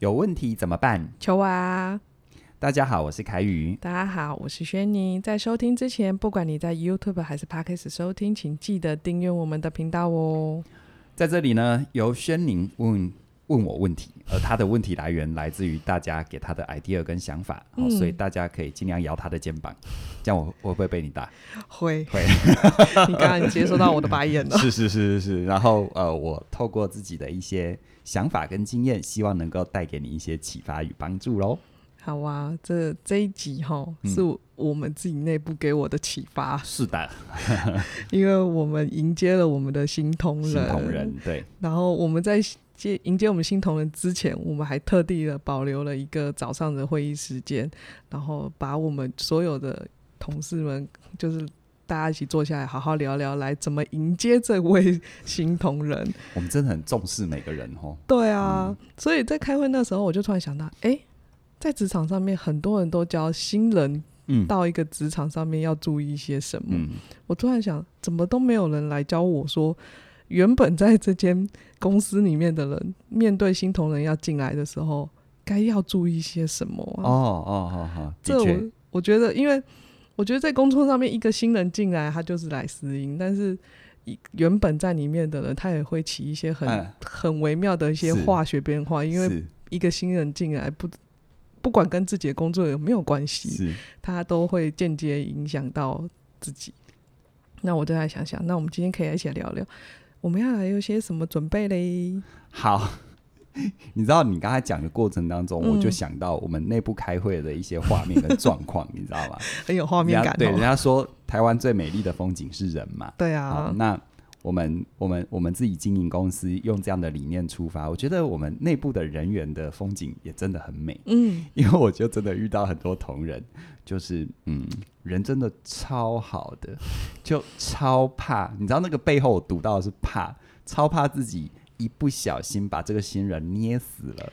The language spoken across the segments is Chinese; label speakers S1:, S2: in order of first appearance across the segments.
S1: 有问题怎么办？
S2: 球娃，
S1: 大家好，我是凯宇。
S2: 大家好，我是轩宁。在收听之前，不管你在 YouTube 还是 Podcast 收听，请记得订阅我们的频道哦。
S1: 在这里呢，由轩宁问问我问题，而他的问题来源来自于大家给他的 idea 跟想法，好
S2: 嗯
S1: 所以大家可以尽量摇他的肩膀，这样我我会不会被你打？
S2: 会，
S1: 会，
S2: 你刚刚接收到我的白眼 了。
S1: 是是是是是。然后呃，我透过自己的一些想法跟经验，希望能够带给你一些启发与帮助喽。
S2: 好啊，这这一集哈
S1: 嗯
S2: 是我们自己内部给我的启发，
S1: 是的，
S2: 因为我们迎接了我们的新同
S1: 新同人对，
S2: 然后我们在接迎接我们新同仁之前，我们还特地的保留了一个早上的会议时间，然后把我们所有的同事们就是。大家一起坐下来，好好聊聊来怎么迎接这位新同仁。
S1: 我们真的很重视每个人哦。
S2: 对啊，所以在开会那时候，我就突然想到，哎、在职场上面，很多人都教新人
S1: 嗯
S2: 到一个职场上面要注意一些什么。
S1: 嗯，
S2: 我突然想，怎么都没有人来教我说，原本在这间公司里面的人，面对新同仁要进来的时候，该要注意些什么
S1: 哦
S2: 啊？
S1: 哦哦哦，
S2: 这
S1: 的确
S2: 我我觉得，因为我觉得在工作上面，一个新人进来，他就是来私营，但是一。原本在里面的人，他也会起一些很、
S1: 嗯
S2: 很微妙的一些
S1: 是
S2: 化学变化，因为
S1: 是
S2: 一个新人进来不不管跟自己的工作有没有关系，
S1: 是
S2: 它都会间接影响到自己。那我就来想想，那我们今天可以来一起来聊聊，我们要来有些什么准备嘞？
S1: 好， 你知道你刚才讲的过程当中，
S2: 嗯
S1: 我就想到我们内部开会的一些画面跟状况， 你知道吗？
S2: 很有画面
S1: 人
S2: 感、
S1: 家对
S2: 哦。
S1: 人家说台湾最美丽的风景是人嘛。
S2: 对
S1: 好，
S2: 啊，
S1: 哦那我们我们我们自己经营公司，用这样的理念出发，我觉得我们内部的人员的风景也真的很美。
S2: 嗯，
S1: 因为我就真的遇到很多同仁，就是嗯，人真的超好的，就超怕，你知道那个背后我读到的是怕，超怕自己一不小心把这个新人捏死了，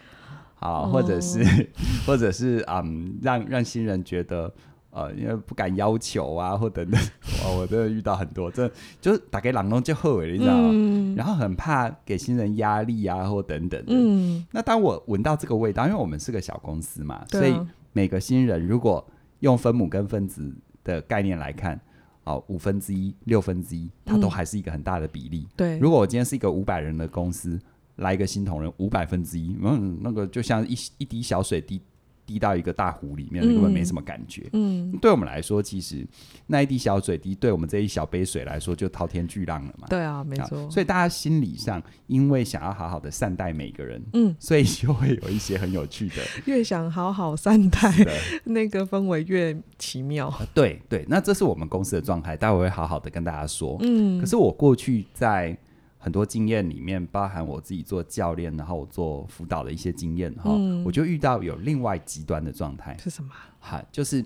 S1: 啊，或者是、 或者是嗯，让让新人觉得。呃，因为不敢要求啊，或等等，哦，我真的遇到很多，这就是打给朗东就后悔了，你知道啊吗？
S2: 嗯
S1: 然后很怕给新人压力啊，或等等的。
S2: 嗯，
S1: 那当我闻到这个味道，因为我们是个小公司嘛，所
S2: 对
S1: 以
S2: 啊，
S1: 每个新人如果用分母跟分子的概念来看，哦，五分之一、六分之一，它都
S2: 嗯
S1: 还是一个很大的比例。
S2: 对，
S1: 如果我今天是一个五百人的公司，来一个新同仁五百分之一，嗯，那个就像一一滴小水滴滴到一个大湖里面，
S2: 嗯
S1: 根本没什么感觉。
S2: 嗯，
S1: 对我们来说，其实那一滴小水滴，对我们这一小杯水来说，就滔天巨浪了嘛。
S2: 对啊，没
S1: 啊
S2: 错，
S1: 所以大家心理上，因为想要好好的善待每个人，
S2: 嗯，
S1: 所以就会有一些很有趣的
S2: 越想好好善待，
S1: 的
S2: 那个氛围越 奇妙。
S1: 对对，那这是我们公司的状态，待会会好好的跟大家说。
S2: 嗯，
S1: 可是我过去在很多经验里面，包含我自己做教练，然后我做辅导的一些经验哈，
S2: 嗯
S1: 我就遇到有另外极端的状态，
S2: 是什么啊？
S1: 哈，就是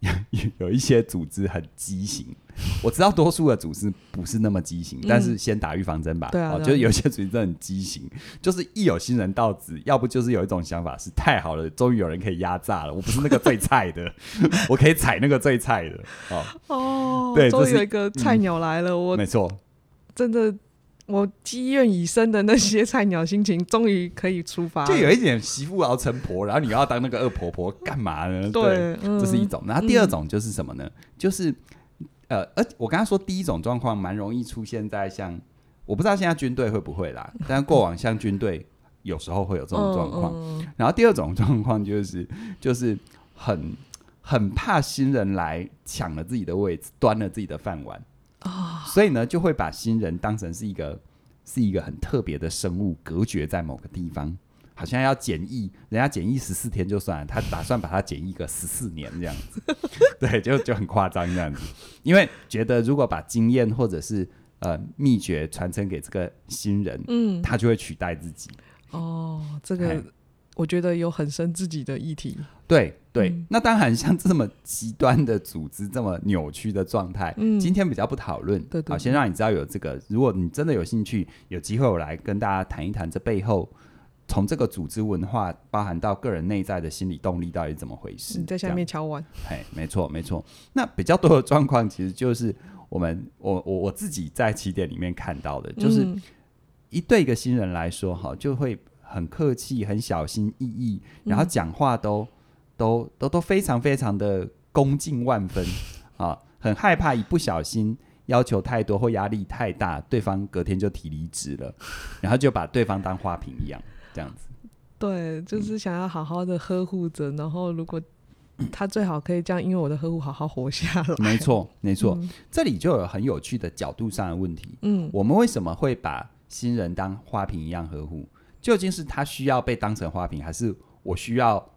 S1: 有有一些组织很畸形。我知道多数的组织不是那么畸形，
S2: 嗯
S1: 但是先打预防针吧。
S2: 对啊
S1: 哦
S2: 对啊
S1: 就是有一些组织真的很畸形，就是一有新人到职，要不就是有一种想法是太好了，终于有人可以压榨了，我不是那个最菜的， 我可以踩那个最菜的。哦，
S2: 哦，
S1: 对
S2: 终
S1: 这
S2: 于
S1: 是嗯
S2: 有一个菜鸟来了，我
S1: 没错，
S2: 真的，我积怨已深的那些菜鸟心情，终于可以出发了。
S1: 就有一点媳妇熬成婆，然后你又要当那个恶婆婆，干嘛呢？
S2: 对，嗯
S1: 这是一种。然后第二种就是什么呢？就是呃，而我刚刚说第一种状况蛮容易出现在像，我不知道现在军队会不会啦，但过往像军队有时候会有这种状况。
S2: 嗯嗯
S1: 然后第二种状况就是 就是很很怕新人来抢了自己的位置，端了自己的饭碗啊，所以呢就会把新人当成是一个是一个很特别的生物，隔绝在某个地方。好像要检疫，人家检疫十四天就算了，他打算把它检疫个十四年这样子， 对，就就很夸张这样子，因为觉得如果把经验或者是呃秘诀传承给这个新人，
S2: 嗯，
S1: 他就会取代自己。
S2: 哦，这
S1: 嘿
S2: 个我觉得有很深自己的议题。
S1: 对对，
S2: 嗯
S1: 那当然像这么极端的组织、这么扭曲的状态，
S2: 嗯
S1: 今天比较不讨论。
S2: 对对
S1: 好，先让你知道有这个。如果你真的有兴趣，有机会我来跟大家谈一谈这背后，从这个组织文化包含到个人内在的心理动力到底是怎么回事。
S2: 你嗯在下面敲碗，
S1: 哎，嘿没错没错。那比较多的状况其实就是我们我我我自己在起点里面看到的，就是
S2: 嗯
S1: 一对一个新人来说，哈，就会很客气、很小心翼翼，然后讲话都、都都都非常非常的恭敬万分啊，很害怕一不小心要求太多或压力太大，对方隔天就提离职了，然后就把对方当花瓶一样这样子。嗯
S2: 对，就是想要好好的呵护着，然后如果
S1: 嗯
S2: 他最好可以这样，因为我的呵护好好活下来。
S1: 没错，没错，这里就有很有趣的角度上的问题。
S2: 嗯，
S1: 我们为什么会把新人当花瓶一样呵护？究竟是他需要被当成花瓶，还是我需要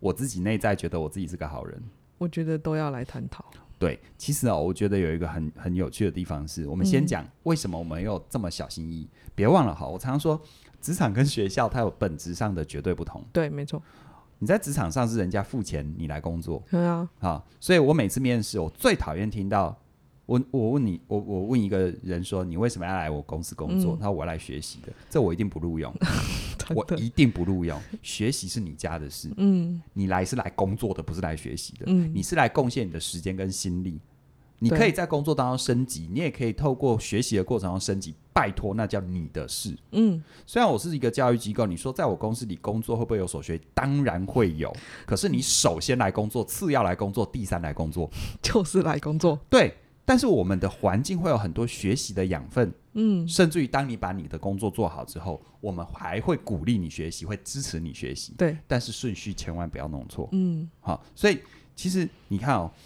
S1: 我自己内在觉得我自己是个好人？
S2: 我觉得都要来探讨。
S1: 对，其实哦，我觉得有一个很很有趣的地方是，我们先讲为什么我们有这么小心翼翼。别忘了哈，我常常说，职场跟学校它有本质上的绝对不同。
S2: 对，没错。
S1: 你在职场上是人家付钱你来工作
S2: 对啊，
S1: 啊，所以我每次面试，我最讨厌听到我我问你，我我问一个人说你为什么要来我公司工作？
S2: 嗯
S1: 他说我来学习的，这我一定不录 用。
S2: 真
S1: 我
S2: 的。
S1: 一定不录用。学习是你家的事，
S2: 嗯
S1: 你来是来工作的，不是来学习的。
S2: 嗯，
S1: 你是来贡献你的时间跟心力。你
S2: 对
S1: 可以在工作当中升级，你也可以透过学习的过程中升级。拜托，那叫你的事。
S2: 嗯，
S1: 虽然我是一个教育机构，你说在我公司里工作会不会有所学？当然会有。可是你首先来工作，次要来工作，第三来工作，
S2: 就是来工作。
S1: 对。但是我们的环境会有很多学习的养分，
S2: 嗯
S1: 甚至于当你把你的工作做好之后，我们还会鼓励你学习，会支持你学习。
S2: 对，
S1: 但是顺序千万不要弄错。
S2: 嗯
S1: 好，所以其实你看哦，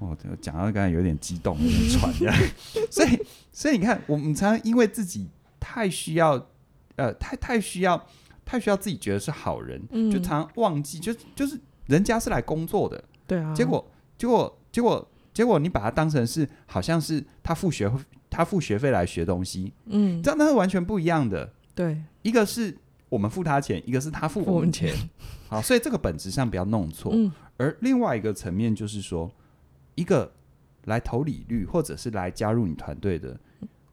S1: 我我讲到刚才有点激动，有点喘 所以，所以你看，我们常常因为自己太需要，呃，太太需要，太需要自己觉得是好人，
S2: 嗯，
S1: 就常常忘记，就就是人家是来工作的，
S2: 对啊。
S1: 结果，结果，结果，结果你把它当成是好像是他付学他付学费来学东西，
S2: 嗯，
S1: 这样那是完全不一样的。
S2: 对，
S1: 一个是我们付他钱，一个是他付我们钱。好，所以这个本质上不要弄错。
S2: 嗯
S1: 而另外一个层面就是说，一个来投礼率或者是来加入你团队的，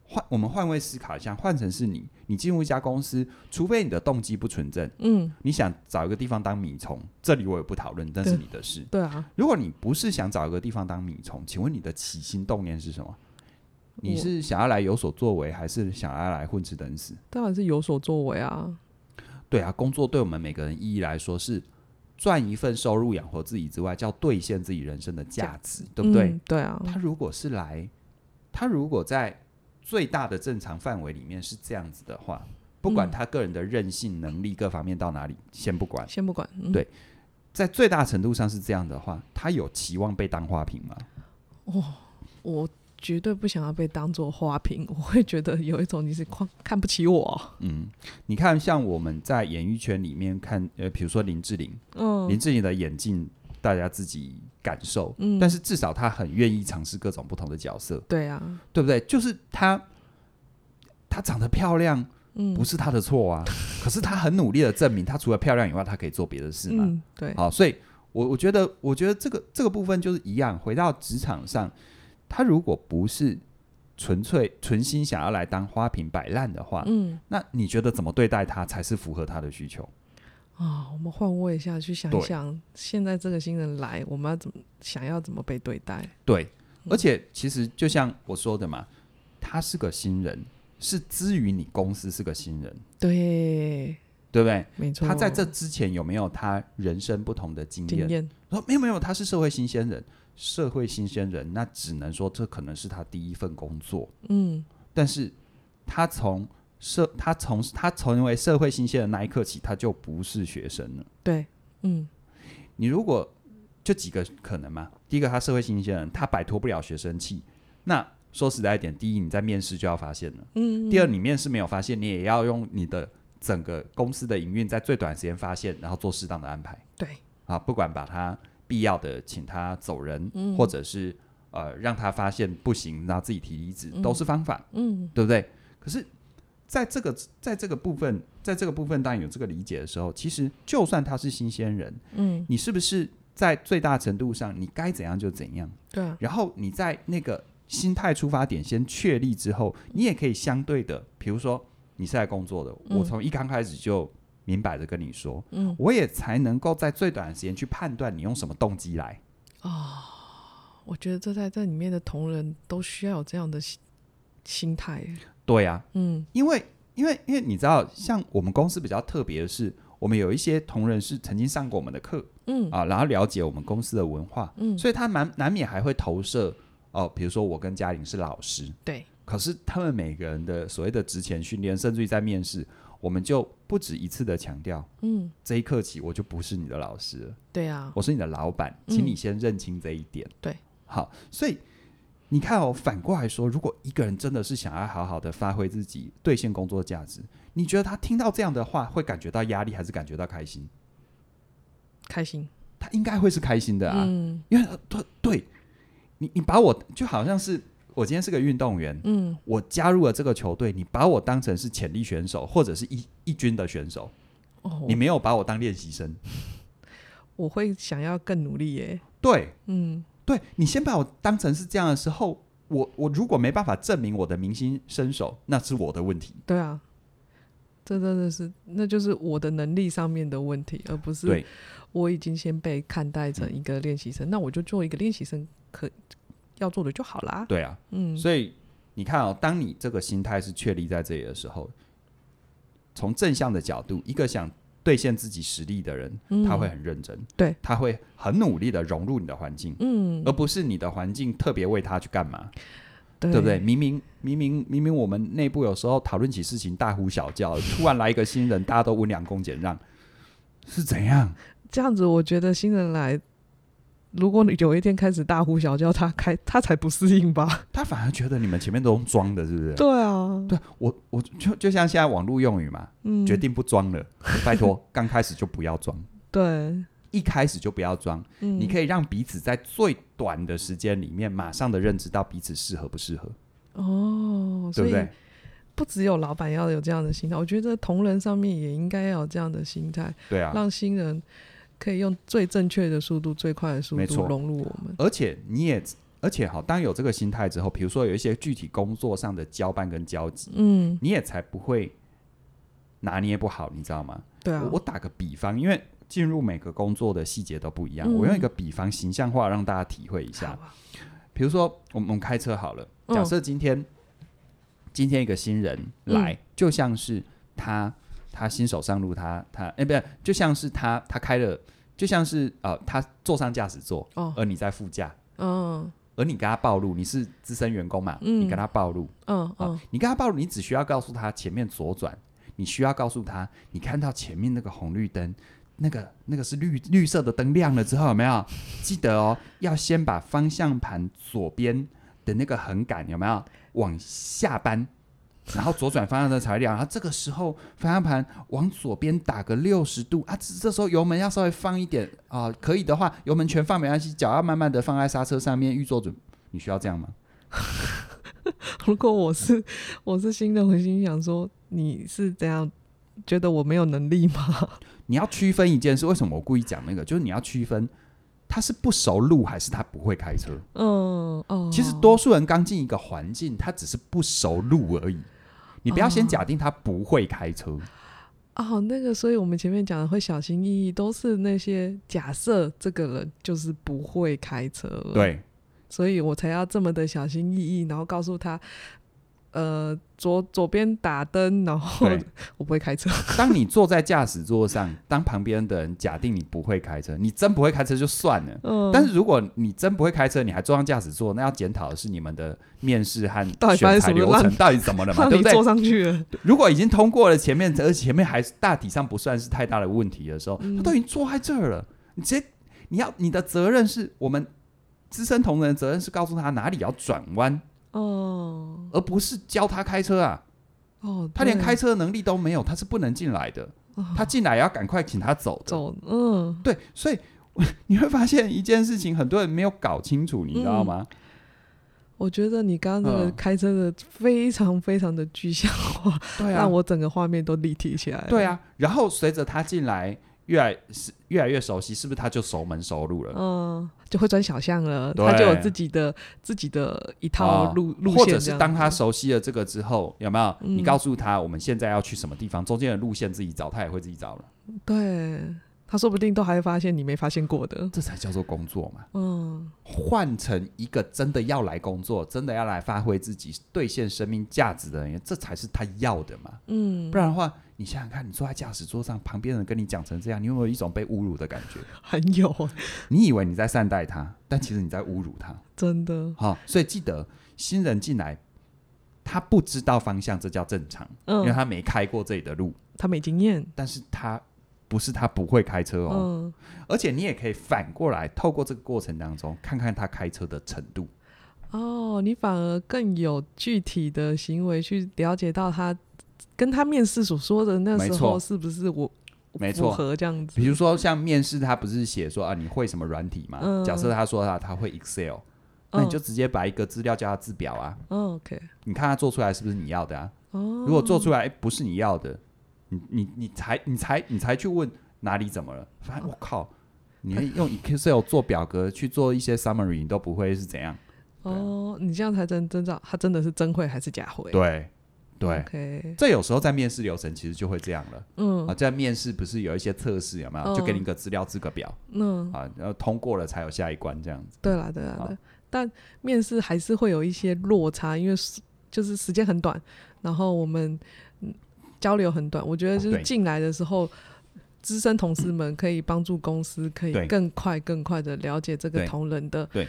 S1: 换我们换位思考一下，换成是你，你进入一家公司，除非你的动机不纯正，
S2: 嗯，
S1: 你想找一个地方当米虫，这里我也不讨论，但是
S2: 对
S1: 你的事。
S2: 对啊。
S1: 如果你不是想找一个地方当米虫，请问你的起心动念是什么？你
S2: 我
S1: 是想要来有所作为，还是想要来混吃等死？
S2: 当然是有所作为啊。
S1: 对啊，工作对我们每个人意义来说是赚一份收入养活自己之外，叫兑现自己人生的价值，对不对？
S2: 嗯对啊。
S1: 他如果是来，他如果在最大的正常范围里面是这样子的话，不管
S2: 嗯
S1: 他个人的韧性、能力各方面到哪里，先不管，
S2: 先不管。嗯
S1: 对在最大程度上是这样的话，他有期望被当花瓶吗？
S2: 我绝对不想要被当做花瓶，我会觉得有一种你是看看不 起我。
S1: 嗯，你看，像我们在演艺圈里面看，呃，比如说林志玲，
S2: 嗯，
S1: 林志玲的演镜，大家自己感受，
S2: 嗯
S1: 但是至少她很愿意尝试各种不同的角色，
S2: 对啊，
S1: 对不对？就是她，她长得漂亮
S2: 嗯，
S1: 不是她的错 啊，可是她很努力的证明，她除了漂亮以外，她可以做别的事嘛。
S2: 嗯，对，
S1: 好，所以我我觉得，我觉得这个这个部分就是一样，回到职场上，她如果不是纯粹存心想要来当花瓶摆烂的话，
S2: 嗯
S1: 那你觉得怎么对待他才是符合他的需求？
S2: 啊，我们换位一下去想一
S1: 对
S2: 想，现在这个新人来，我们要怎么想要怎么被对待？
S1: 对，而且其实就像我说的嘛，他是个新人，是之于你公司是个新人，
S2: 对，
S1: 对不对？
S2: 没错，
S1: 他在这之前有没有他人生不同的经
S2: 经
S1: 验？
S2: 验，
S1: 说没有没有，他是社会新鲜人，社会新鲜人，那只能说这可能是他第一份工作，
S2: 嗯，
S1: 但是他从社他从他成为社会新鲜人那一刻起，他就不是学生了。
S2: 对，嗯，
S1: 你如果就几个可能嘛，第一个他社会新鲜人，他摆脱不了学生气。那说实在一点，第一你在面试就要发现了，
S2: 嗯，
S1: 第二你面试没有发现，你也要用你的整个公司的营运在最短时间发现，然后做适当的安排
S2: 对，
S1: 啊，不管把他必要的请他走人，
S2: 嗯
S1: 或者是呃让他发现不行，然后自己提离职，
S2: 嗯
S1: 都是方法，
S2: 嗯，
S1: 对不对？可是。在这个在这个部分，在这个部分，当然有这个理解的时候，其实就算他是新鲜人，
S2: 嗯，
S1: 你是不是在最大程度上，你该怎样就怎样？
S2: 对啊，
S1: 然后你在那个心态出发点先确立之后，你也可以相对的，比如说你是来工作的，
S2: 嗯
S1: 我从一刚开始就明白的跟你说，
S2: 嗯，
S1: 我也才能够在最短的时间去判断你用什么动机来。
S2: 我觉得这在这里面的同仁都需要有这样的心心态，
S1: 对啊，
S2: 嗯
S1: 因为因为因为你知道，像我们公司比较特别的是，我们有一些同仁是曾经上过我们的课
S2: 嗯
S1: 啊，然后了解我们公司的文化，
S2: 嗯，
S1: 所以他难难免还会投射哦，比如说我跟嘉玲是老师，
S2: 对，
S1: 可是他们每个人的所谓的职前训练，甚至于在面试，我们就不止一次的强调，
S2: 嗯，
S1: 这一刻起我就不是你的老师了，
S2: 对啊，
S1: 我是你的老板，
S2: 嗯
S1: 请你先认清这一点。
S2: 对，
S1: 好，所以你看哦，反过来说，如果一个人真的是想要好好的发挥自己，兑现工作价值，你觉得他听到这样的话会感觉到压力，还是感觉到开心？
S2: 开心，
S1: 他应该会是开心的啊，
S2: 嗯
S1: 因为他他对你，你把我就好像是我今天是个运动员，
S2: 嗯，
S1: 我加入了这个球队，你把我当成是潜力选手或者是一一军的选手，
S2: 哦，
S1: 你没有把我当练习生。
S2: 我会想要更努力耶，
S1: 对，
S2: 嗯，
S1: 对你先把我当成是这样的时候，我我如果没办法证明我的明星身手，那是我的问题。
S2: 对啊，这真的是，那就是我的能力上面的问题，而不是
S1: 对
S2: 我已经先被看待成一个练习生，那我就做一个练习生可要做的就好啦。
S1: 对啊，
S2: 嗯，
S1: 所以你看哦，当你这个心态是确立在这里的时候，从正向的角度，一个想兑现自己实力的人，
S2: 嗯
S1: 他会很认真，
S2: 对，
S1: 他会很努力的融入你的环境，
S2: 嗯，
S1: 而不是你的环境特别为他去干嘛。
S2: 对
S1: 对不对？？明明明明明明我们内部有时候讨论起事情大呼小 叫，突然来一个新人，大家都温良恭俭让，是怎样？
S2: 这样子，我觉得新人来，如果你有一天开始大呼小叫，他开他才不适应吧？
S1: 他反而觉得你们前面都装的，是不是？
S2: 对啊，
S1: 对我我就就像现在网络用语嘛，
S2: 嗯，
S1: 决定不装 了，拜托，刚开始就不要装，
S2: 对，
S1: 一开始就不要装，
S2: 嗯，
S1: 你可以让彼此在最短的时间里面，马上的认知到彼此适合不适合，
S2: 哦，
S1: 对
S2: 所
S1: 不
S2: 以
S1: 对？
S2: 不只有老板要有这样的心态，我觉得同仁上面也应该要有这样的心态，
S1: 对啊，
S2: 让新人可以用最正确的速度、最快的速
S1: 没
S2: 度
S1: 错
S2: 融入我们。
S1: 而且你也，而且好，当有这个心态之后，比如说有一些具体工作上的交办跟交集。
S2: 嗯，
S1: 你也才不会拿捏不好，你知道吗？
S2: 对啊
S1: 我，我打个比方，因为进入每个工作的细节都不一样，
S2: 嗯
S1: 我用一个比方形象化让大家体会一下
S2: 好。啊
S1: 比如说，我们我们开车好了，
S2: 嗯
S1: 假设今天、今天一个新人来，
S2: 嗯
S1: 就像是他他新手上路，他他哎、不是，就像是他他开了，就像是呃他坐上驾驶座，
S2: 哦，
S1: 而你在副驾，
S2: 嗯
S1: 而你跟他暴露，你是资深员工嘛，
S2: 嗯
S1: 你跟他暴露，
S2: 嗯嗯
S1: 啊，你跟他暴露，你只需要告诉他前面左转，你需要告诉他，你看到前面那个红绿灯，那个那个是绿绿色的灯亮了之后，有没有？记得哦，要先把方向盘左边的那个横杆有没有往下扳，然后左转方向灯才会亮。然后这个时候方向盘往左边打个六十度啊，这这时候油门要稍微放一点啊、可以的话油门全放没关系，脚要慢慢的放在刹车上面预做准。你需要这样吗？
S2: 如果我是我是新人，我心想说你是怎样觉得我没有能力吗？
S1: 你要区分一件事，为什么我故意讲那个？就是你要区分他是不熟路还是他不会开车。
S2: 嗯哦，
S1: 其实多数人刚进一个环境，他只是不熟路而已。你不要先
S2: 哦
S1: 假定他不会开车，
S2: 哦，那个，所以我们前面讲的会小心翼翼，都是那些假设这个人就是不会开车了，，
S1: 对
S2: 所以我才要这么的小心翼翼，然后告诉他，呃，左左边打灯，然后
S1: 对。
S2: 我不会开车，
S1: 当你坐在驾驶座上，当旁边的人假定你不会开车，你真不会开车就算了。
S2: 嗯，
S1: 但是如果你真不会开车，你还坐上驾驶座，那要检讨的是你们的面试和
S2: 到底发
S1: 选
S2: 生什
S1: 材
S2: 么
S1: 流
S2: 烂
S1: 程到底怎么了 嘛，
S2: 让
S1: 对
S2: 你
S1: 不对？
S2: 坐上去了，
S1: 如果已经通过了前面，而且前面还是大体上不算是太大的问题的时候，
S2: 嗯
S1: 他都已经坐在这儿了，你直接你要你的责任是我们资深同仁的责任是告诉他哪里要转弯，
S2: 哦
S1: 而不是教他开车啊，
S2: 哦，
S1: 他连
S2: 对
S1: 开车的能力都没有，他是不能进来的
S2: 哦，
S1: 他进来也要赶快请他走的。
S2: 走，嗯，
S1: 对，所以你会发现一件事情，很多人没有搞清楚，你知道吗？
S2: 嗯我觉得你刚刚那个
S1: 嗯
S2: 开车的非常非常的具象化，
S1: 对啊，
S2: 让我整个画面都立体起来，
S1: 对，啊，然后随着他进来。越来是越来越熟悉，是不是他就熟门熟路了？
S2: 嗯，就会钻小巷了，
S1: 对
S2: 他就有自己的自己的一套
S1: 啊
S2: 路、路线
S1: 或
S2: 这
S1: 者
S2: 样子，
S1: 是当他熟悉了这个之后，有没有？
S2: 嗯
S1: 你告诉他我们现在要去什么地方，中间的路线自己找，他也会自己找了。
S2: 对，他说不定都还会发现你没发现过的。
S1: 这才叫做工作嘛。
S2: 嗯，
S1: 换成一个真的要来工作、真的要来发挥自己、兑现生命价值的人，这才是他要的嘛。
S2: 嗯，
S1: 不然的话，你想想看，你坐在驾驶座上，旁边人跟你讲成这样，你有没有一种被侮辱的感觉？
S2: 很有，
S1: 你以为你在善待他，但其实你在侮辱他。
S2: 真的，
S1: 好、所以记得新人进来，他不知道方向，这叫正常，因为
S2: 嗯，
S1: 他没开过这里的路。
S2: 他没经验，
S1: 但是他不是他不会开车哦，
S2: 嗯，
S1: 而且你也可以反过来，透过这个过程当中，看看他开车的程度。
S2: 哦，你反而更有具体的行为去了解到他跟他面试所说的那
S1: 没
S2: 时
S1: 错
S2: 候是不是我
S1: 没
S2: 符
S1: 错
S2: 合这样子，
S1: 比如说像面试，他不是写说啊你会什么软体吗？
S2: 嗯
S1: 假设他说他他会 Excel，、那你就直接把一个资料叫他制表啊，
S2: 嗯、OK
S1: 你看他做出来是不是你要的啊？
S2: 哦，
S1: 如果做出来诶不是你要的，你你你才你才你才去问哪里怎么了？发现我靠，你用 Excel 做表格去做一些 summary，你都不会是怎样？对啊
S2: 哦，你这样才真真知道他真的是真会还是假会，
S1: 对对，
S2: ，OK，
S1: 这有时候在面试流程其实就会这样了
S2: 嗯
S1: 啊，在面试不是有一些测试有没有？就给你一个资料资格表
S2: 嗯，
S1: 啊，然后通过了才有下一关这样子。
S2: 对啦对啦
S1: 好
S2: 对，但面试还是会有一些落差，因为时就是时间很短，然后我们嗯交流很短，我觉得就
S1: 哦对
S2: 是进来的时候。资深同事们可以帮助公司，可
S1: 对
S2: 以更快、更快的了解这个
S1: 对
S2: 同仁的
S1: 对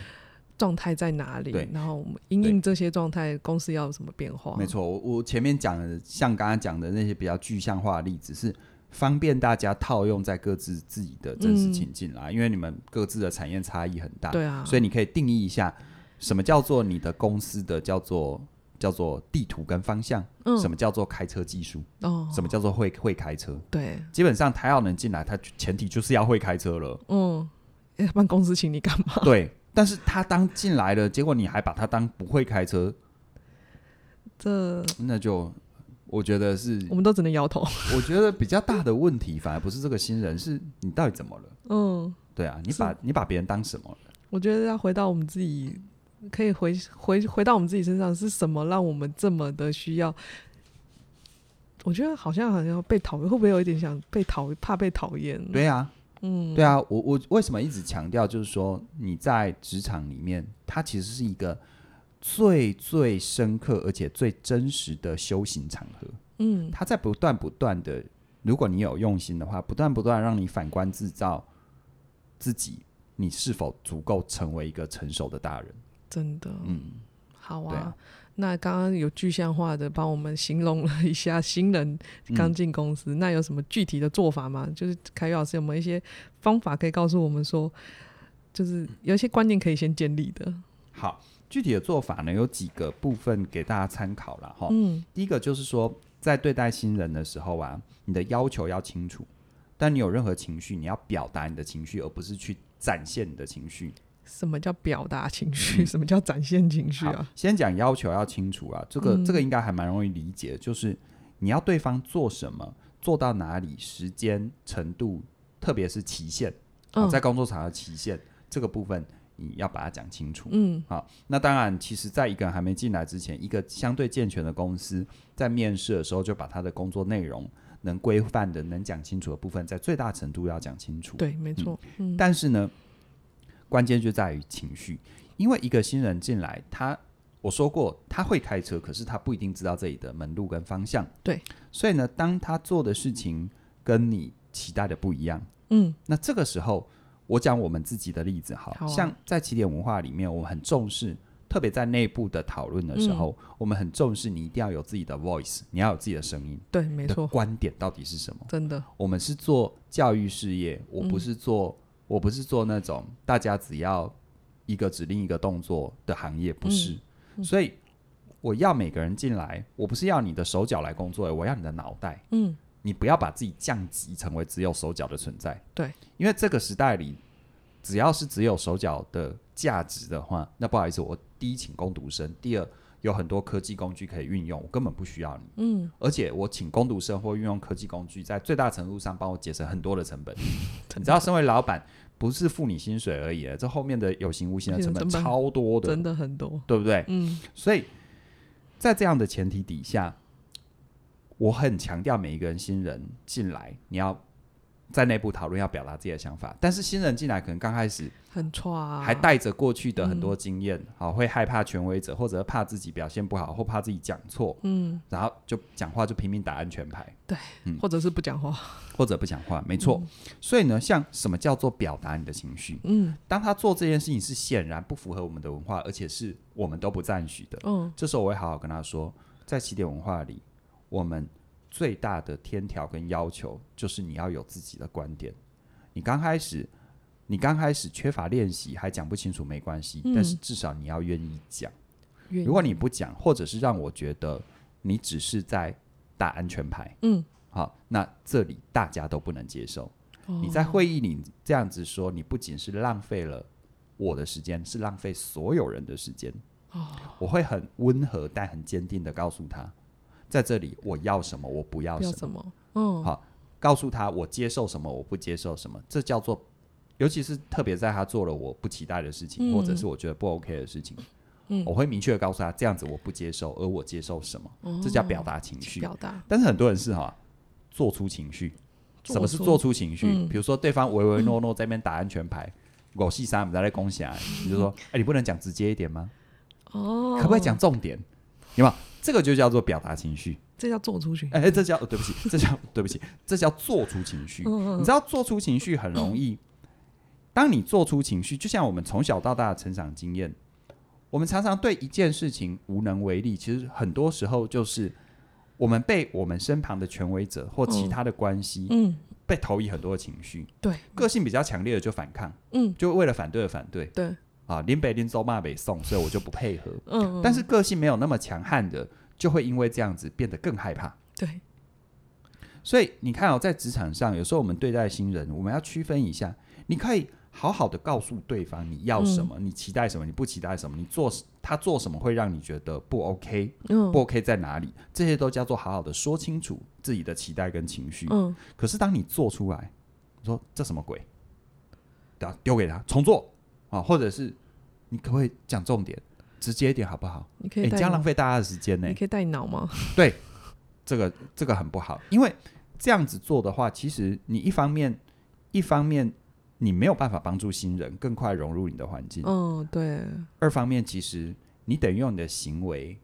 S2: 状态在哪里
S1: 对，
S2: 然后我们因
S1: 对
S2: 应这些状态，公司要有什么变化？
S1: 没，错，我我前面讲的，像刚刚讲的那些比较具象化的例子，是方便大家套用在各自自己的真实情境啦，因为你们各自的产业差异很大，
S2: 嗯对啊，
S1: 所以
S2: 以
S1: 你可以定义一下什么叫做你的公司的叫做叫做地图跟方向，
S2: 嗯，
S1: 什么叫做开车技术，
S2: 哦，
S1: 什么叫做会会开车。
S2: 对，
S1: 基本上他要能进来，他前提就是要会开车 了，
S2: 嗯，要不然公司请你干嘛？
S1: 对。但是他当进来了，结果你还把他当不会开车，
S2: 这
S1: 那就我觉得 是
S2: 我们都只能摇头。
S1: 我觉得比较大的问题，反而不是这个新人，是你到底怎么了？
S2: 嗯，
S1: 对啊，你
S2: 是
S1: 把你把别人当什么了？
S2: 我觉得要回到我们自己，可以回回回到我们自己身上，是什么让我们这么的需要？我觉得好像好像被讨厌，会不会有一点想被讨，怕被讨厌？，
S1: 对啊，
S2: 嗯，
S1: 对啊，我我为什么一直强调，就是说你在职场里面，它其实是一个最最深刻而且最真实的修行场合，
S2: 嗯，
S1: 它在不断不断的，如果你有用心的话，不断不断地让你反观自照自己，你是否足够成为一个成熟的大人？
S2: 真的，
S1: 嗯，
S2: 好啊。
S1: 对啊
S2: 那刚刚有具象化的帮我们形容了一下新人
S1: 嗯
S2: 刚进公司，那有什么具体的做法吗？就是凯宇老师有没有一些方法可以告诉我们说，就是有一些观念可以先建立的？
S1: 好，具体的做法呢有几个部分给大家参考啦。哈。
S2: 嗯
S1: 第一个就是说，在对待新人的时候啊，你的要求要清楚，但你有任何情绪，你要表达你的情绪，而不是去展现你的情绪。
S2: 什么叫表达情绪？
S1: 嗯
S2: 什么叫展现情绪
S1: 好
S2: 啊？，
S1: 先讲要求要清楚啊，这个、
S2: 嗯
S1: 这个应该还蛮容易理解，就是你要对方做什么，做到哪里，时间、程度，特别是期限，啊，
S2: 嗯
S1: 在工作场合期限这个部分，你要把它讲清楚。
S2: 嗯
S1: 那当然，其实，在一个人还没进来之前，一个相对健全的公司，在面试的时候就把他的工作内容能规范的、能讲清楚的部分，在最大程度要讲清楚。，
S2: 对，没错，嗯，
S1: 但是呢，关键就在于情绪，因为一个新人进来，他我说过他会开车，可是他不一定知道这里的门路跟方向。
S2: 对，
S1: 所以呢，当他做的事情跟你期待的不一样，
S2: 嗯
S1: 那这个时候，我讲我们自己的例子好，
S2: 好啊
S1: 像在起点文化里面，我们很重视，特别在内部的讨论的时候，
S2: 嗯
S1: 我们很重视你一定要有自己的 voice，你要有自己的声音，
S2: 对，没
S1: 你的
S2: 错，
S1: 观点到底是什么？
S2: 真的，
S1: 我们是做教育事业，
S2: 嗯
S1: 我不是做，我不是做那种大家只要一个指令一个动作的行业，不是。
S2: 嗯
S1: 所以我要每个人进来，我不是要你的手脚来工作，我要你的脑袋。
S2: 嗯，
S1: 你不要把自己降级成为只有手脚的存在。
S2: 对，
S1: 因为这个时代里，只要是只有手脚的价值的话，那不好意思，我第一请工读生，第二有很多科技工具可以运用，我根本不需要你。
S2: 嗯，
S1: 而且我请工读生或运用科技工具，在最大程度上帮我节省很多的 成本。你知道，身为老板，不是付你薪水而已，这后面的有形无形 的成本
S2: 有形成本
S1: 超多的，
S2: 真的很多，
S1: 对不对？
S2: 嗯
S1: 所以在这样的前提底下，我很强调每一个人新人进来，你要在内部讨论要表达自己的想法。但是新人进来可能刚开始
S2: 很差、啊，嗯
S1: 还带着过去的很多经验，好、会害怕权威者，或者怕自己表现不好，或怕自己讲错，
S2: 嗯，
S1: 然后就讲话就拼命打安全牌，嗯
S2: 或者是不讲话，
S1: 或者不讲话，没错。所以呢，像什么叫做表达你的情绪？
S2: 嗯
S1: 当他做这件事情是显然不符合我们的文化，而且是我们都不赞许的，
S2: 嗯
S1: 这时候我会好好跟他说，在起点文化里，我们最大的天条跟要求就是你要有自己的观点。你刚开始，你刚开始缺乏练习，还讲不清楚没关系，
S2: 嗯
S1: 但是至少你要愿意讲。
S2: 愿意
S1: 如果你不讲，或者是让我觉得你只是在打安全牌，
S2: 嗯，
S1: 好，那这里大家都不能接受。哦
S2: 哦
S1: 你在会议里这样子说，你不仅是浪费了我的时间，是浪费所有人的时间。哦我会很温和但很坚定的告诉他，在这里我要什么，我不要什
S2: 要
S1: 么，
S2: 什么？嗯，
S1: 好告诉他我接受什么，我不接受什么，这叫做，尤其是特别在他做了我不期待的事情，
S2: 嗯
S1: 或者是我觉得不 OK 的事情，
S2: 嗯
S1: 我会明确的告诉他，这样子我不接受，而我接受什么，
S2: 哦
S1: 这叫表达情绪。
S2: 表达，
S1: 但是很多人是哈、做出情绪，
S2: 做
S1: 什么是
S2: 出
S1: 做出情绪？
S2: 嗯
S1: 比如说对方唯唯诺诺在那边打安全牌，我细沙我们在那攻下，你就 说，哎、你不能讲直接一点吗？
S2: 哦，
S1: 可不可以讲？重点？有没有？这个就叫做表达情绪。
S2: 这叫做出去，
S1: 哎、这叫、哦对不起，这叫对不起，这叫做出情绪。
S2: 嗯
S1: 你知道做出情绪很容易，当你做出情绪，就像我们从小到大的成长经验，我们常常对一件事情无能为力。其实很多时候就是我们被我们身旁的权威者或其他的关系、
S2: 嗯，
S1: 被投以很多的情绪，
S2: 对，
S1: 个性比较强烈的就反抗，
S2: 嗯，
S1: 就为了反对而反对
S2: 对，
S1: 啊，林北林州骂北宋，所以我就不配合。
S2: 嗯，
S1: 但是个性没有那么强悍的，就会因为这样子变得更害怕。
S2: 对，
S1: 所以你看哦，在职场上，有时候我们对待新人，我们要区分一下。你可以好好的告诉对方你要什么，
S2: 嗯
S1: 你期待什么，你不期待什么，你做他做什么会让你觉得不 OK，、
S2: 嗯
S1: 不 OK 在哪里，这些都叫做好好的说清楚自己的期待跟情绪。
S2: 嗯，
S1: 可是当你做出来，你说这什么鬼，然后丢给他重做啊，或者是你可不可以讲重点，直接一点好不好？
S2: 你可
S1: 哎、
S2: 以
S1: 这
S2: 带
S1: 样
S2: 脑
S1: 浪费大家的时间呢、
S2: 你可以带脑吗？
S1: 这个这个很不好，因为这样子做的话，其实你一方面一方面你没有办法帮助新人更快融入你的环境，
S2: 嗯，对，
S1: 二方面其实你等于用你的行为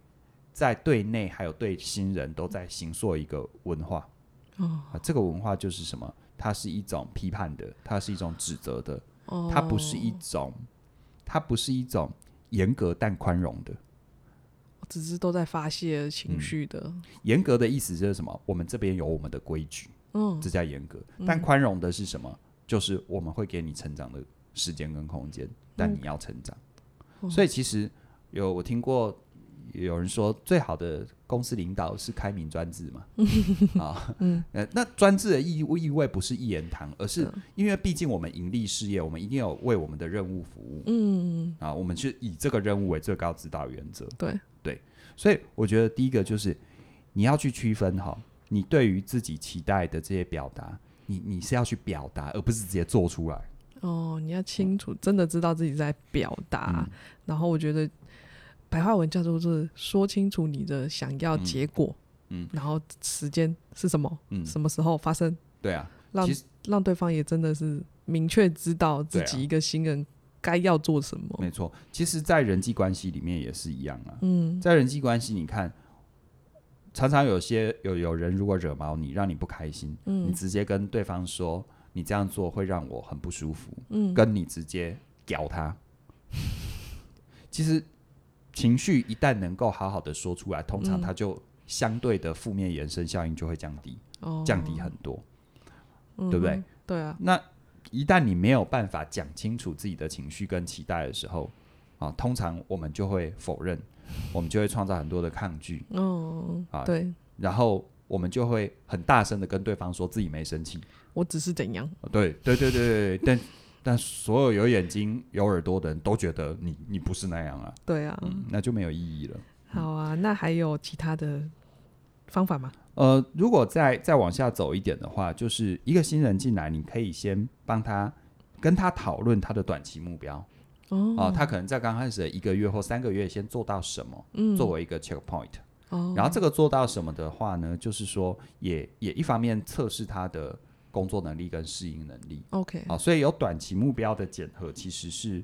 S1: 在对内还有对新人都在形塑一个文化
S2: 哦
S1: 啊，这个文化就是什么？它是一种批判的，它是一种指责的，
S2: 哦，
S1: 它不是一种，它不是一种严格但宽容的。
S2: 只是都在发泄情
S1: 嗯
S2: 绪的，
S1: 严格的意思就是什么？我们这边有我们的规矩，
S2: 嗯
S1: 这叫严格。
S2: 嗯
S1: 但宽容的是什么？就是我们会给你成长的时间跟空间，但
S2: 嗯
S1: 你要成长。
S2: 哦
S1: 所以其实有我听过有人说，最好的公司领导是开明专制 嘛。啊，呃，那专制的意意味不是一言堂，而是
S2: 嗯
S1: 因为毕竟我们盈利事业，我们一定有为我们的任务服务。
S2: 嗯，
S1: 啊，我们是以这个任务为最高指导原则。
S2: 对
S1: 对，所以我觉得第一个就是你要去区分哈，你对于自己期待的这些表达，你你是要去表达，而不是直接做出来。
S2: 哦，你要清楚，真的知道自己在表
S1: 嗯
S2: 达。然后我觉得白话文叫做是说清楚你的想要
S1: 嗯
S2: 结果，
S1: 嗯
S2: 然后时间是什么，
S1: 嗯，
S2: 什么时候发生，
S1: 对啊，
S2: 让
S1: 其实
S2: 让对方也真的是明确知道自
S1: 对啊
S2: 己一个新人该要做什么。
S1: 没错，其实，在人际关系里面也是一样啊。
S2: 嗯
S1: 在人际关系，你看，常常有些有有人如果惹毛你，让你不开心，你
S2: 嗯
S1: 直接跟对方说你这样做会让我很不舒服，
S2: 嗯，
S1: 跟你直接屌他。 其实情绪一旦能够好好的说出来，通常
S2: 嗯
S1: 它就相对的负面延伸效应就会降低，
S2: 哦
S1: 降低很多。
S2: 嗯
S1: 对不对
S2: 哼？对啊，
S1: 那一旦你没有办法讲清楚自己的情绪跟期待的时候，啊，通常我们就会否 认，我们就会创造很多的抗拒，
S2: 哦
S1: 啊，
S2: 对
S1: 然后我们就会很大声的跟对方说自己没生气。
S2: 我只是怎样，
S1: 哦对对对对对，但但所有有眼睛有耳朵的人都觉得你你不是那样啊。
S2: 对啊，
S1: 嗯，那就没有意义了。
S2: 好啊，那还有其他的方法吗？
S1: 呃，如果再再往下走一点的话，就是一个新人进来，你可以先帮他跟他讨论他的短期目标啊、
S2: 哦，
S1: 他可能在刚开始的一个月或三个月先做到什么，
S2: 嗯
S1: 作为一个 checkpoint。
S2: 哦，
S1: 嗯然后这个做到什么的话呢，就是说也也一方面测试他的工作能力跟适应能力。哦
S2: OK，
S1: 好，所以有短期目标的检核其实是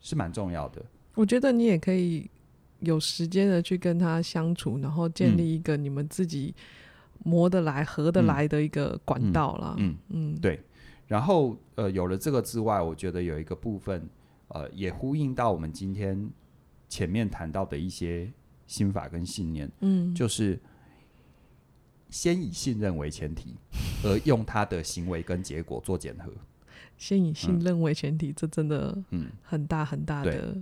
S1: 是蛮重要的。
S2: 我觉得你也可以有时间的去跟他相处，然后
S1: 嗯
S2: 建立一个你们自己磨得来、合得来的一个管道啦。
S1: 嗯，
S2: 嗯
S1: 对。然后呃，有了这个之外，我觉得有一个部分呃，也呼应到我们今天前面谈到的一些心法跟信念，
S2: 嗯，
S1: 就是先以信任为前提，而用他的行为跟结果做检核。
S2: 先以信任为前提，这真的
S1: 嗯，
S2: 很大很大的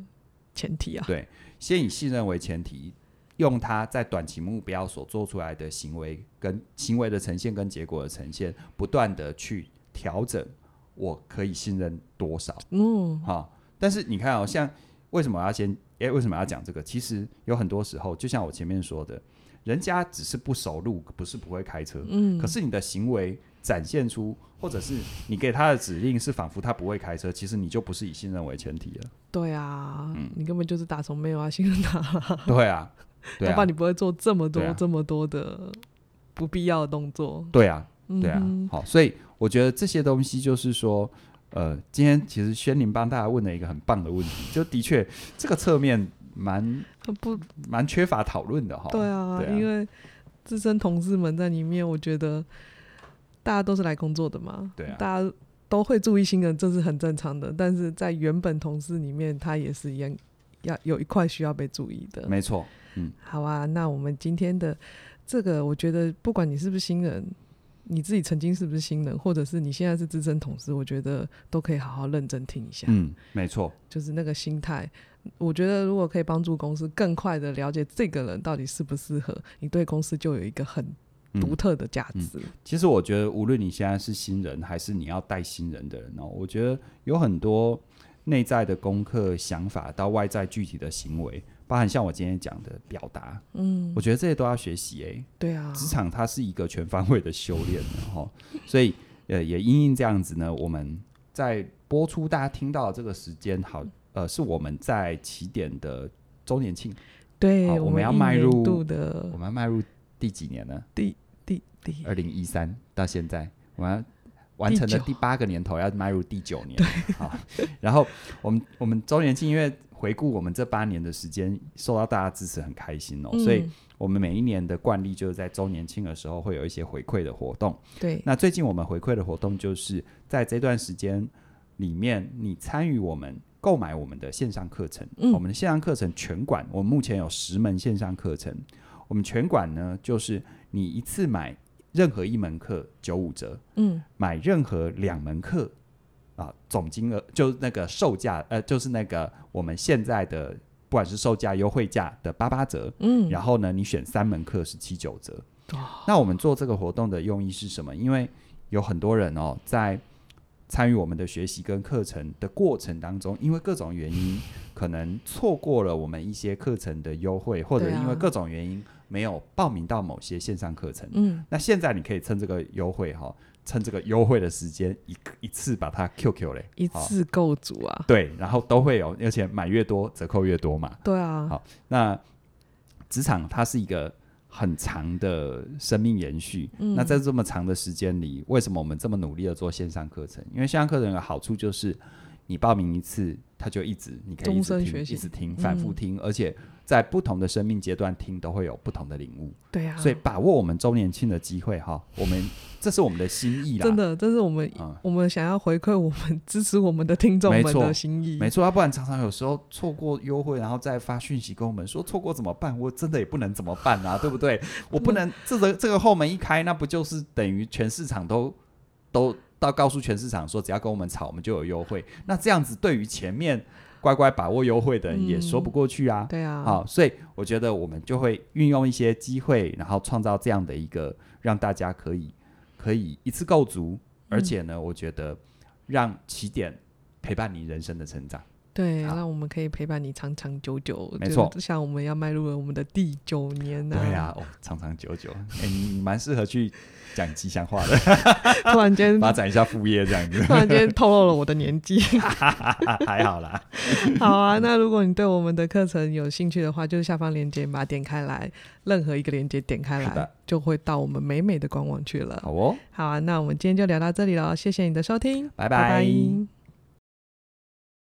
S2: 前提啊。
S1: 对，先以信任为前提，用他在短期目标所做出来的行为跟行为的呈现跟结果的呈现，不断的去调整，我可以信任多少
S2: 嗯，
S1: 哈、但是你看哦，像为什么要先诶，为什么要讲这个？其实有很多时候，就像我前面说的，人家只是不熟路，不是不会开车，
S2: 嗯
S1: 可是你的行为展现出，或者是你给他的指令是仿佛他不会开车，其实你就不是以信任为前提了。
S2: 对啊，
S1: 嗯
S2: 你根本就是打从没有啊信任他啦，
S1: 对啊，对
S2: 要不
S1: 啊
S2: 然你，不会做这么多、
S1: 对啊
S2: 这么多的不必要的动作。
S1: 对啊，
S2: 嗯
S1: 对啊
S2: 哼，
S1: 好，所以我觉得这些东西就是说，呃，今天其实轩宁帮大家问了一个很棒的问题，就的确这个侧面蛮
S2: 不，
S1: 蛮缺乏讨论的哈。
S2: 对啊，
S1: 对啊
S2: 因为资深同事们在里面，我觉得大家都是来工作的嘛，
S1: 对啊
S2: 大家都会注意新人，这是很正常的。但是在原本同事里面，他也是一样，要有一块需要被注意的。
S1: 没错，
S2: 好啊，那我们今天的这个，我觉得不管你是不是新人，你自己曾经是不是新人，或者是你现在是资深同事，我觉得都可以好好认真听一下，
S1: 嗯，没错，
S2: 就是那个心态。我觉得如果可以帮助公司更快的了解这个人到底适不适合，你对公司就有一个很
S1: 嗯
S2: 独特的价值。
S1: 其实我觉得，无论你现在是新人，还是你要带新人的人哦，我觉得有很多内在的功课、想法，到外在具体的行为，包含像我今天讲的表达，
S2: 嗯，
S1: 我觉得这些都要学习诶、
S2: 对啊，
S1: 职场它是一个全方位的修炼，然后，所以呃，也因应这样子呢，我们在播出大家听到的这个时间，好，呃，是我们在起点的周年庆，
S2: 对
S1: 好，我
S2: 我
S1: 们要
S2: 一
S1: 迈
S2: 年
S1: 入
S2: 度
S1: 我
S2: 的
S1: 们要迈入第几年呢？
S2: 第第
S1: 二零一三到现在，我们要完成了
S2: 第九
S1: 第八个年头，要迈入第九年，好，然后我们我们周年庆，因为回顾我们这八年的时间，受到大家支持，很开心哦，所以
S2: 嗯
S1: 我们每一年的惯例就是在周年庆的时候会有一些回馈的活动。
S2: 对
S1: 那最近我们回馈的活动就是在这段时间里面，你参与我们购买我们的线上课程，
S2: 嗯
S1: 我们的线上课程全馆，我们目前有十门线上课程，我们全馆呢就是你一次买任何一门课九五折，
S2: 嗯
S1: 买任何两门课啊，总金额就是那个售价，呃，就是那个我们现在的不管是售价优惠价的八八折，
S2: 嗯，
S1: 然后呢，你选三门课是七九折。
S2: 哦
S1: 那我们做这个活动的用意是什么？因为有很多人哦，在参与我们的学习跟课程的过程当中，因为各种原因，可能错过了我们一些课程的优惠，或者
S2: 对啊
S1: 因为各种原因没有报名到某些线上课程。
S2: 嗯
S1: 那现在你可以趁这个优惠哈、趁这个优惠的时间一一次把它 QQ 嘞，
S2: 一
S1: 好
S2: 次够足啊，
S1: 对，然后都会有，而且买越多折扣越多嘛。
S2: 对啊，
S1: 好那职场它是一个很长的生命延续。
S2: 嗯
S1: 那在这么长的时间里，为什么我们这么努力的做线上课程？因为线上课程的好处就是，你报名一次，它就一直你可以一
S2: 终
S1: 直
S2: 身
S1: 听，
S2: 学习嗯
S1: 一直听，反复听，而且在不同的生命阶段听都会有不同的领悟。
S2: 对啊，
S1: 所以把握我们周年庆的机会哈，我们这是我们的心意啦。
S2: 真的，这是我们、
S1: 嗯
S2: 我们想要回馈我们 支持我们的听众
S1: 没
S2: 们
S1: 错
S2: 的心意。
S1: 没错，啊要不然常常有时候错过优惠，然后再发讯息跟我们说错过怎么办？我真的也不能怎么办啊，对不对？我不能这个这个后门一开，那不就是等于全市场都都到告诉全市场说，只要跟我们吵，我们就有优惠。那这样子对于前面乖乖把握优惠的人也说不过去啊。
S2: 对啊，
S1: 好，所以我觉得我们就会运用一些机会，然后创造这样的一个让大家可以可以一次够嗯足，而且呢，我觉得让起点陪伴你人生的成长。
S2: 对，
S1: 好
S2: 让我们可以陪伴你长长久久。
S1: 没
S2: 就
S1: 错
S2: 是像我们要迈入了我们的第九年呐、
S1: 对啊，哦，长长久久，哎、你你蛮适合去讲吉祥话 的，
S2: 突 然间，
S1: 发展一下副业这样子，
S2: 突然间透露了我的年纪。
S1: 还好啦。
S2: 好啊，那如果你对我们的课程有兴趣的话，就是下方链接把它点开来，任何一个链接点开
S1: 是
S2: 来
S1: 的，
S2: 就会到我们美美的官网去了。
S1: 好哦，
S2: 好啊，那我们今天就聊到这里了，谢谢你的收听，
S1: 拜拜
S2: 拜拜